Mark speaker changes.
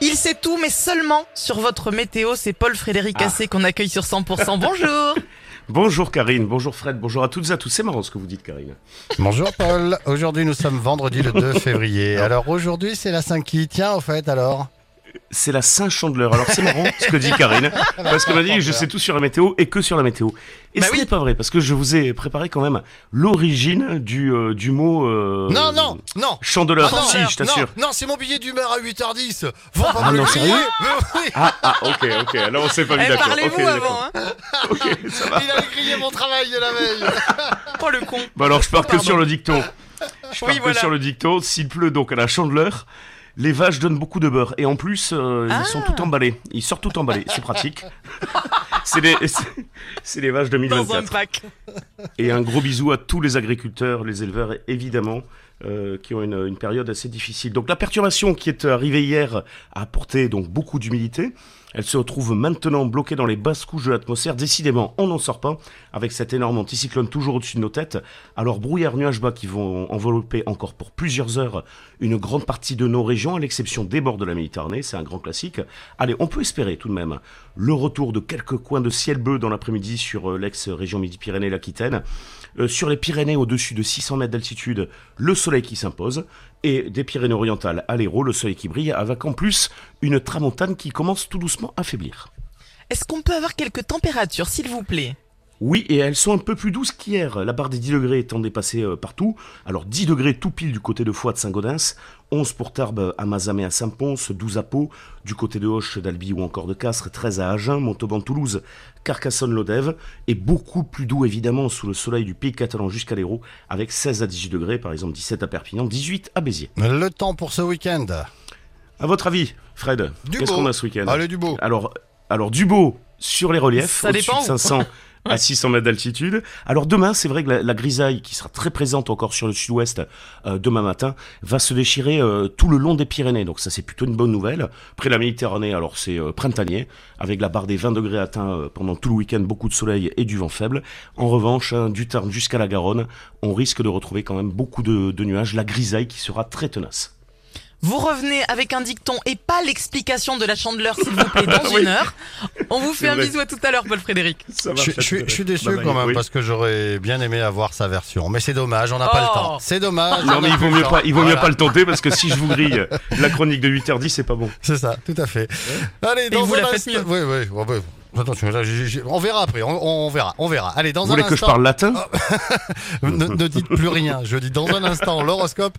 Speaker 1: Il sait tout, mais seulement sur votre météo. C'est Paul Frédéric
Speaker 2: Ah.
Speaker 1: Assé qu'on accueille sur 100%. Bonjour.
Speaker 2: Bonjour Karine, bonjour Fred, bonjour à toutes et à tous. C'est marrant ce que vous dites Karine.
Speaker 3: Bonjour Paul, aujourd'hui nous sommes vendredi le 2 février. Alors aujourd'hui c'est la 5 qui Tiens au fait alors
Speaker 2: C'est la Saint-Chandeleur. Alors c'est marrant ce que dit Karine. Parce qu'elle m'a dit je sais tout sur la météo et que sur la météo. Et
Speaker 1: Bah
Speaker 2: ce
Speaker 1: oui.
Speaker 2: n'est pas vrai parce que je vous ai préparé quand même l'origine du, euh, du mot... euh,
Speaker 4: Non, non, non.
Speaker 2: Chandeleur,
Speaker 4: Ah non,
Speaker 2: si, je t'assure.
Speaker 4: Non, non, c'est mon billet d'humeur à 8h10. Faut pas
Speaker 2: Ah
Speaker 4: me
Speaker 2: non,
Speaker 4: le
Speaker 2: sérieux
Speaker 4: griller. Mais oui,
Speaker 2: Ah, ah, ok, ok, alors on s'est pas mis
Speaker 1: Eh,
Speaker 2: d'accord.
Speaker 1: parlez-vous
Speaker 2: Ok, d'accord.
Speaker 1: avant. Hein
Speaker 2: Ok, ça va.
Speaker 4: Il avait grillé mon travail de la veille.
Speaker 1: oh le con.
Speaker 2: Bah alors je pars que
Speaker 1: Pardon.
Speaker 2: sur le dicton. Je pars
Speaker 1: Oui,
Speaker 2: que
Speaker 1: voilà.
Speaker 2: sur le dicton. S'il pleut donc à la Chandeleur, les vaches donnent beaucoup de beurre. Et en plus, euh,
Speaker 1: Ah.
Speaker 2: ils sont tout emballés. Ils sortent tout emballés. C'est pratique. c'est des, c'est- c'est les vaches
Speaker 1: Dans un
Speaker 2: 2024.
Speaker 1: pack.
Speaker 2: Et un gros bisou à tous les agriculteurs, les éleveurs, évidemment, euh, qui ont une, une période assez difficile. Donc la perturbation qui est arrivée hier a apporté donc beaucoup d'humidité. Elle se retrouve maintenant bloquée dans les basses couches de l'atmosphère. Décidément, on n'en sort pas avec cet énorme anticyclone toujours au-dessus de nos têtes. Alors brouillard nuages bas qui vont envelopper encore pour plusieurs heures une grande partie de nos régions, à l'exception des bords de la Méditerranée, c'est un grand classique. Allez, on peut espérer tout de même le retour de quelques coins de ciel bleu dans l'après-midi sur euh, l'ex-région Midi-Pyrénées et l'Aquitaine. Euh, sur les Pyrénées, au-dessus de 600 mètres d'altitude, le soleil qui s'impose. Et des Pyrénées-Orientales à l'Hérault, le soleil qui brille, avec en plus une tramontane qui commence tout doucement à faiblir.
Speaker 1: Est-ce qu'on peut avoir quelques températures, s'il vous plaît
Speaker 2: Oui, et elles sont un peu plus douces qu'hier, la barre des 10 degrés étant dépassée euh, partout. Alors 10 degrés tout pile du côté de Foix de Saint-Gaudens, 11 pour Tarbes à Mazam et à Saint-Pons, 12 à Pau, du côté de Hoche, d'Albi ou encore de Castres, 13 à Agen, Montauban, Toulouse, Carcassonne, Lodève, et beaucoup plus doux évidemment sous le soleil du pays catalan jusqu'à l'Hérault, avec 16 à 18 degrés, par exemple 17 à Perpignan, 18 à Béziers.
Speaker 3: Le temps pour ce week-end
Speaker 2: À votre avis, Fred,
Speaker 4: Du
Speaker 2: qu'est-ce
Speaker 4: beau. Ah,
Speaker 2: qu'on a ce week-end
Speaker 3: Allez Ah, du beau
Speaker 2: Oh. alors, alors du beau sur les reliefs,
Speaker 1: Ça
Speaker 2: au-dessus
Speaker 1: dépend
Speaker 2: de
Speaker 1: où.
Speaker 2: 500 à 600 mètres d'altitude. Alors demain, c'est vrai que la, la grisaille, qui sera très présente encore sur le sud-ouest euh, demain matin, va se déchirer euh, tout le long des Pyrénées. Donc ça, c'est plutôt une bonne nouvelle. Après la Méditerranée, alors c'est euh, printanier, avec la barre des 20 degrés atteints euh, pendant tout le week-end, beaucoup de soleil et du vent faible. En revanche, hein, du Tarn jusqu'à la Garonne, on risque de retrouver quand même beaucoup de, de nuages. La grisaille qui sera très tenace.
Speaker 1: Vous revenez avec un dicton et pas l'explication de la chandeleur, s'il vous plaît, dans
Speaker 2: Oui.
Speaker 1: une heure. On vous fait un
Speaker 2: vrai.
Speaker 1: bisou à tout à l'heure, Paul Frédéric.
Speaker 2: Ça va,
Speaker 3: je,
Speaker 2: Fred.
Speaker 3: je suis- je suis déçu
Speaker 2: Bye bye.
Speaker 3: quand même
Speaker 2: bah, Oui.
Speaker 3: parce que j'aurais bien aimé avoir sa version. Mais c'est dommage, on n'a
Speaker 1: Oh.
Speaker 3: pas le temps. C'est dommage. on
Speaker 2: Non mais
Speaker 3: n'a
Speaker 2: il vaut
Speaker 3: plus
Speaker 2: mieux
Speaker 3: le
Speaker 2: pas,
Speaker 3: temps.
Speaker 2: il vaut mieux
Speaker 3: Voilà.
Speaker 2: pas le tenter parce que si je vous grille la chronique de 8h10, c'est pas bon.
Speaker 3: C'est ça, tout à fait. Allez, dans
Speaker 1: vous
Speaker 3: un
Speaker 1: la
Speaker 3: instant-
Speaker 1: faites mieux.
Speaker 3: Oui, oui. oh, bah, attention, là, j'ai- j'ai- on verra après, on, on verra, on verra. Allez, dans
Speaker 2: Vous
Speaker 3: un
Speaker 2: voulez que je
Speaker 3: instant,
Speaker 2: parle latin
Speaker 3: ne, ne dites plus rien. Je dis dans un instant l'horoscope.